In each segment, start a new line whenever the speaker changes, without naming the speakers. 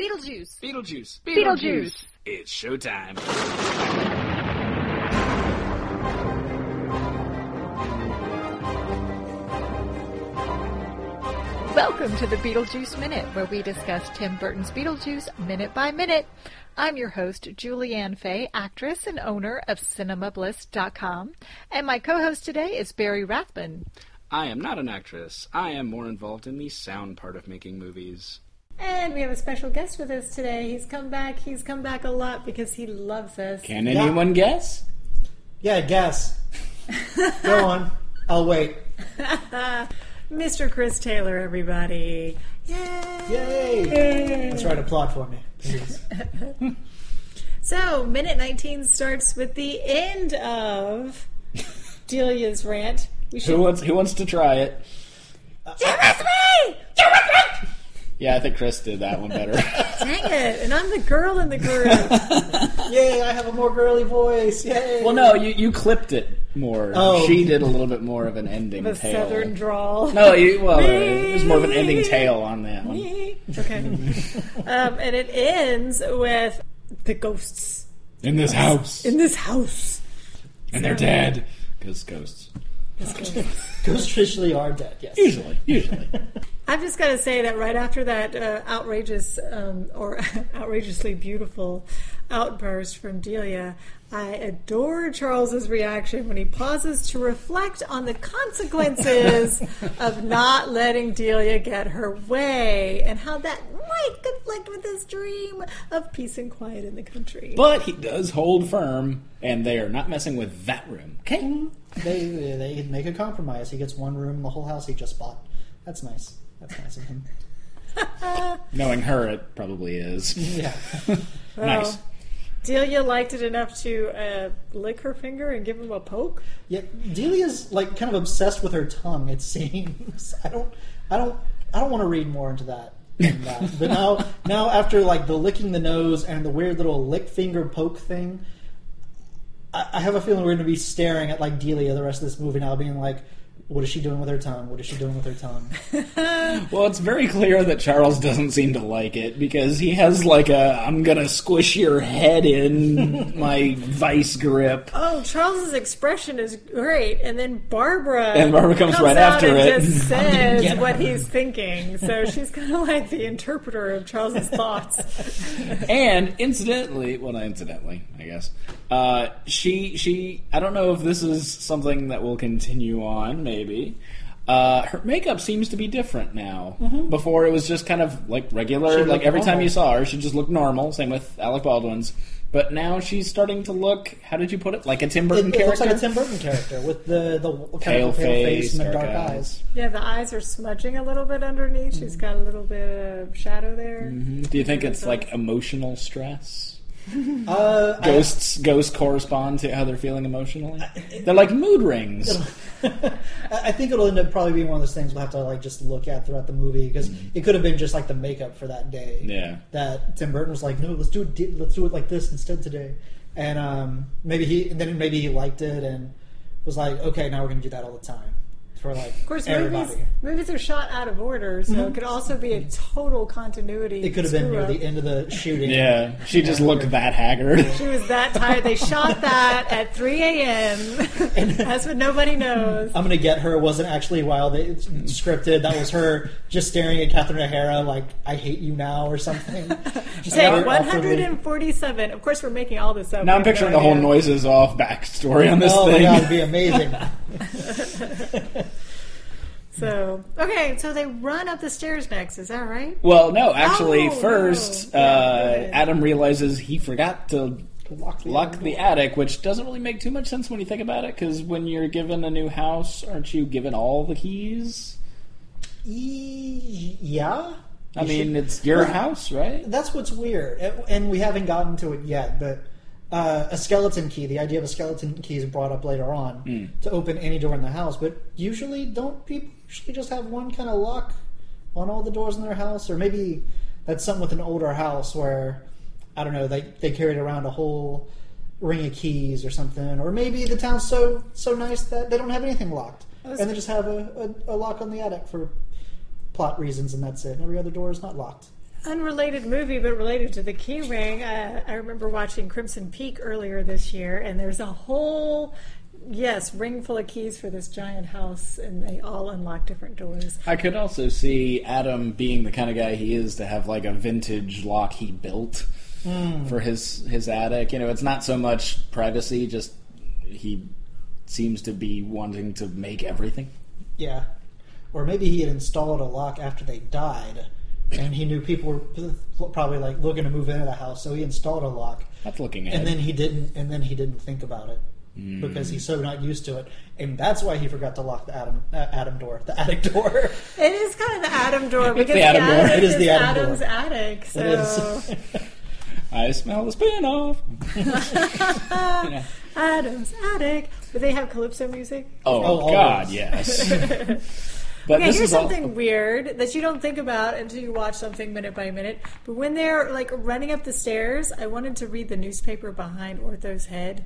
Beetlejuice.
Beetlejuice.
Beetlejuice.
It's showtime.
Welcome to the Beetlejuice Minute, where we discuss Tim Burton's Beetlejuice minute by minute. I'm your host, Julianne Fay, actress and owner of CinemaBliss.com, and my co-host today is Barry Rathman.
I am not an actress. I am more involved in the sound part of making movies.
And we have a special guest with us today. He's come back. He's come back a lot because he loves us.
Can anyone guess?
Yeah, guess. Go on. I'll wait.
Mr. Chris Taylor, everybody.
Yay! That's right. Applaud for me. Please.
So, minute 19 starts with the end of Delia's rant. We
Who
should.
wants Who wants to try it?
You're with me! You're with me!
Yeah, I think Chris did that one better.
Dang it. And I'm the girl in the group.
Yay! I have a more girly voice. Yay!
well, no, you you clipped it more.
Oh.
She did a little bit more of an ending
the
tale.
southern drawl.
no, you, well, it was more of an ending tale on that one.
Okay. um, and it ends with the ghosts
In this house,
in this house.
and they're dead because ghosts.
Ghosts traditionally are dead. Yes.
Usually, usually.
I've just got to say that right after that uh, outrageous um, or outrageously beautiful outburst from Delia, I adore Charles's reaction when he pauses to reflect on the consequences of not letting Delia get her way and how that might conflict with his dream of peace and quiet in the country.
but he does hold firm, and they are not messing with that room. Okay.
They they can make a compromise. He gets one room in the whole house he just bought. That's nice. That's nice of him.
Knowing her, it probably is
Yeah.
nice.
Delia liked it enough to uh, lick her finger and give him a poke.
Yeah. Delia's like kind of obsessed with her tongue. It seems. I don't. I don't. I don't want to read more into that. Than that. but now, now after like the licking the nose and the weird little lick finger poke thing, I, I have a feeling we're going to be staring at like Delia the rest of this movie now, being like, "What is she doing with her tongue? What is she doing with her tongue?"
Well, it's very clear that Charles doesn't seem to like it because he has like a I'm gonna squish your head in my vice grip.
Oh, Charles's expression is great, and then Barbara
And Barbara comes right
out
after
and
it.
I'm
Just
gonna
says
get
what
her.
he's thinking, so she's kind of like the interpreter of Charles's thoughts.
And incidentally, well, not incidentally, I guess. Uh, she she I don't know if this is something that will continue on. Maybe uh, her makeup seems to be different now. Before it was just kind of like regular.
Mm-hmm. She
Like
looked
every time
normal.
you saw her, she just looked normal. Same with Alec Baldwin's. But now she's starting to look. How did you put it? Like a Tim Burton
It, it
character.
looks like a Tim Burton character with the the kind of
pale
the pale face
face,
and the
dark
dark eyes.
eyes.
Yeah, the eyes are smudging a little bit underneath. She's got a little bit of shadow there.
Do you think it's like emotional stress?
Uh, I-
Ghosts ghosts correspond to how they're feeling emotionally. They're like mood rings.
I I think it'll end up probably being one of those things we'll have to like just look at throughout the movie because it could have been just like the makeup for that day.
Yeah.
That Tim Burton was like, no, let's do it, di- let's do it like this instead today, and um, maybe he and then maybe he liked it and was like, okay, now we're gonna do that all the time for like
Of course,
everybody.
movies movies are shot out of order, so
Mm-hmm.
it could also be a total continuity.
It could have been near
screw-up.
the end of the shooting.
Yeah, she just looked that haggard.
She was that tired. They shot that at 3 a.m. That's what nobody knows.
I'm gonna get her wasn't actually while they it's scripted. That was her just staring at Catherine O'Hara like I hate you now or something. Just
Say
very awkwardly.
147. Of course, we're making all this up.
Now I'm
We have
picturing
no
the whole
idea.
noises off backstory on this
oh
thing.
my god, it'd be amazing.
So okay, so they run up the stairs next. Is that right?
Well, no, actually,
Oh,
first
no. Yeah,
uh,
go ahead.
Adam realizes he forgot to
Lock the
lock the attic, which doesn't really make too much sense when you think about it. Because when you're given a new house, aren't you given all the keys?
E- yeah,
I
You
mean,
should-
it's your house, right?
that's what's weird, and- and we haven't gotten to it yet. But uh, a skeleton key, the idea of a skeleton key, is brought up later on to open any door in the house. But usually, don't people usually just have one kind of lock on all the doors in their house, or maybe that's something with an older house where I don't know they they carried around a whole ring of keys or something, or maybe the town's so so nice that they don't have anything locked,
was-
and they just have a, a, a lock on the attic for plot reasons, and that's it. And every other door is not locked.
Unrelated movie, but related to the key ring. Uh, I remember watching Crimson Peak earlier this year, and there's a whole, yes, ring full of keys for this giant house, and they all unlock different doors.
I could also see Adam being the kind of guy he is to have like a vintage lock he built
Hmm.
for his his attic. You know, it's not so much privacy; just he seems to be wanting to make everything.
Yeah. Or maybe he had installed a lock after they died, and he knew people were p- probably like looking to move into the house, so he installed a lock,
That's looking at. Hmm.
and then he didn't, and then he didn't think about it because he's so not used to it, and that's why he forgot to lock the Adam uh, Adam door, the attic door.
It is kind of the Adam door because
the Adam door.
attic
It is the Adam door.
Adam's attic. So.
It
Oh.
is.
I smell the spinoff. yeah.
Adam's attic. But they have calypso music.
Oh,
Oh,
God,
always.
yes. but
Yeah,
this
here's
is all-
something weird that you don't think about until you watch something minute by minute. But when they're like running up the stairs, I wanted to read the newspaper behind Ortho's head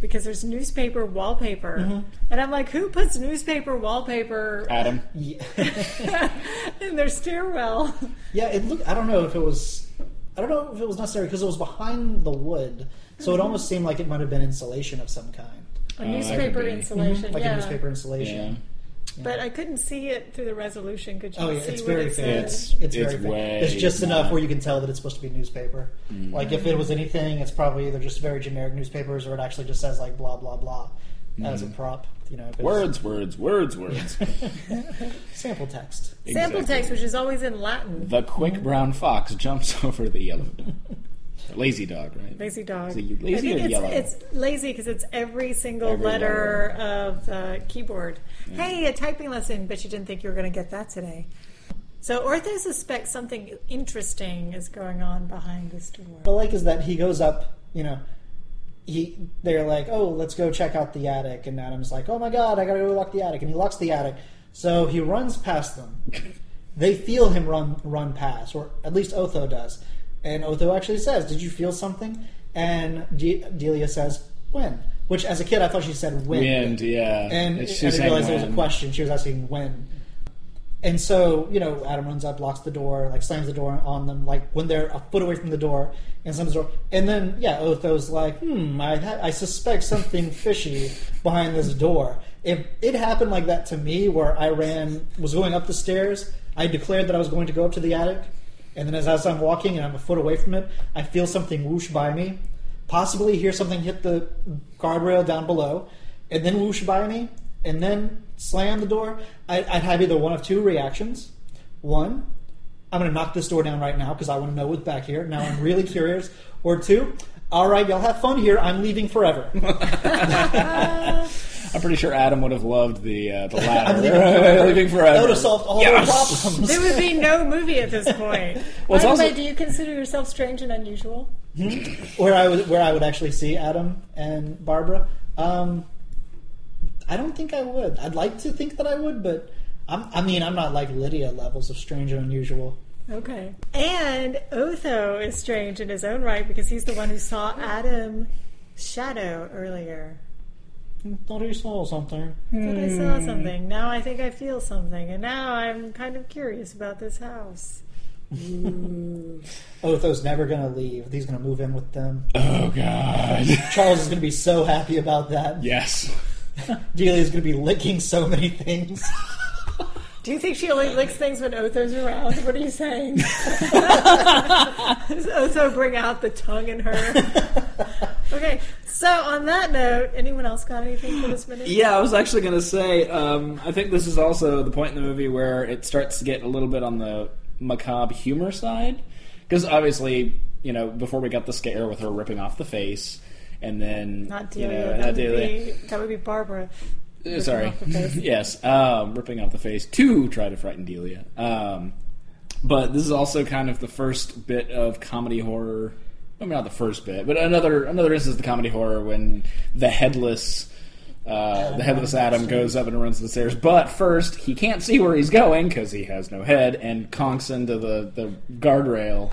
because there's newspaper wallpaper,
Mm-hmm.
and I'm like, who puts newspaper wallpaper
Adam.
yeah.
in their
Uh,
stairwell?
Yeah, it looked. I don't know if it was. I don't know if it was necessary because it was behind the wood, so it
Mm-hmm.
almost seemed like it might have been insulation of some kind,
that
A
could
newspaper
be.
insulation,
Mm-hmm. like
yeah.
a newspaper
Yeah.
insulation.
But I couldn't see it through the resolution. Could you
Oh yeah,
see
it's
what
very
it
thin.
It's-
said?
it's very
it's
thin.
way Mm-hmm.
It's just enough
not-
where you can tell that it's supposed to be newspaper. Like if it was anything, it's probably either just very generic newspapers or it actually just says like blah blah blah
Mm-hmm.
as a prop. You know, 'cause-
Words, words, words, words.
sample text.
sample
Exactly.
text, which is always in Latin.
The quick brown fox jumps over the yellow dog. Or lazy dog, right?
Lazy dog.
Is it lazy
I think
or
it's,
yellow?
it's lazy because it's every single
Every
letter of the keyboard. Hey, a typing lesson, but you didn't think you were going to get that today. So Ortho suspects something interesting is going on behind this
What I
door.
like is that he goes up. You know, he they're like, oh, let's go check out the attic, and Adam's like, oh my god, I gotta go lock the attic, and he locks the attic. So he runs past them. they feel him run run past, or at least Otho does. And Otho actually says, "Did you feel something?" And De- Delia says, "When?" Which, as a kid, I thought she said "when."
Wind, yeah.
And,
It's-
and
she's
I
saying
realized there was a
wind.
question. She was asking when. And so, you know, Adam runs up, locks the door, like slams the door on them, like when they're a foot away from the door, and slams the door. And then, yeah, Otho's like, hmm, I, ha- I suspect something fishy behind this door. If it happened like that to me, where I ran, was going up the stairs, I declared that I was going to go up to the attic, and then as, as I'm walking and I'm a foot away from it, I feel something whoosh by me, possibly hear something hit the guardrail down below, and then whoosh by me, and then slam the door, I, I'd have either one of two reactions. One, I'm going to knock this door down right now because I want to know what's back here. Now I'm really curious. Or two, all right, y'all have fun here. I'm leaving forever.
I'm pretty sure Adam would have loved the uh, the latter. Leaving
leaving forever.
forever.
That would have solved all
Yes!
the problems.
There would be no movie at this point.
Well, it's
By the
also-
way, do you consider yourself strange and unusual?
where I would where I would actually see Adam and Barbara. Um, I don't think I would. I'd like to think that I would, but I'm, I mean, I'm not like Lydia levels of strange and unusual.
Okay. And Otho is strange in his own right because he's the one who saw Adam shadow earlier.
Thought he saw something.
But I saw
Hmm.
something. Now I think I feel something, and now I'm kind of curious about this house.
Otho's never gonna leave. He's gonna move in with them.
Oh God.
Charles is gonna be so happy about that.
yes.
Delia's gonna be licking so many things.
Do you think she only licks things when Otho's around? What are you saying? Does Otho bring out the tongue in her? Okay. So on that note, anyone else got anything for this minute?
Yeah, I was actually going to say, um, I think this is also the point in the movie where it starts to get a little bit on the macabre humor side. Because obviously, you know, before we got the scare with her ripping off the face, and then.
Not
you
Delia.
know,
that,
not
would
Delia.
be, that would be Barbara.
Uh, sorry.
off the face.
yes, um, ripping off the face to try to frighten Delia. Um, but this is also kind of the first bit of comedy horror. I mean, not the first bit, but another another instance of the comedy horror when the headless. Uh, the headless Adam goes up and runs the stairs, but first he can't see where he's going because he has no head and conks into the, the guardrail.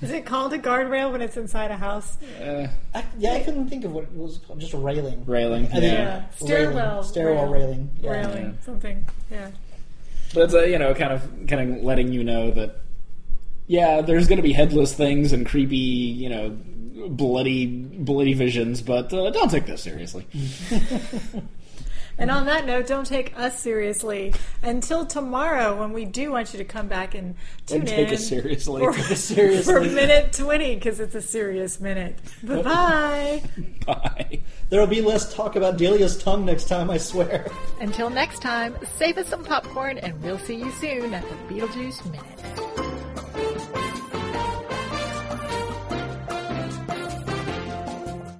Is it called a guardrail when it's inside a house?
Uh,
I, yeah, I couldn't think of what it was. Called. Just a railing.
Railing,
I think-
yeah.
Yeah.
Railing.
Stairwell.
Stairwell
Rail.
railing. Yeah.
Railing. Something. Yeah.
But it's uh, you know, kind of kind of letting you know that yeah, there's going to be headless things and creepy, you know, bloody, bloody visions, but uh, don't take this seriously.
And on that note, don't take us seriously until tomorrow when we do want you to come back and tune
And take
in
us seriously.
for, for
Seriously.
minute 20 because it's a serious minute. Bye-bye.
Bye.
There'll be less talk about Delia's tongue next time, I swear.
Until next time, save us some popcorn and we'll see you soon at the Beetlejuice Minute.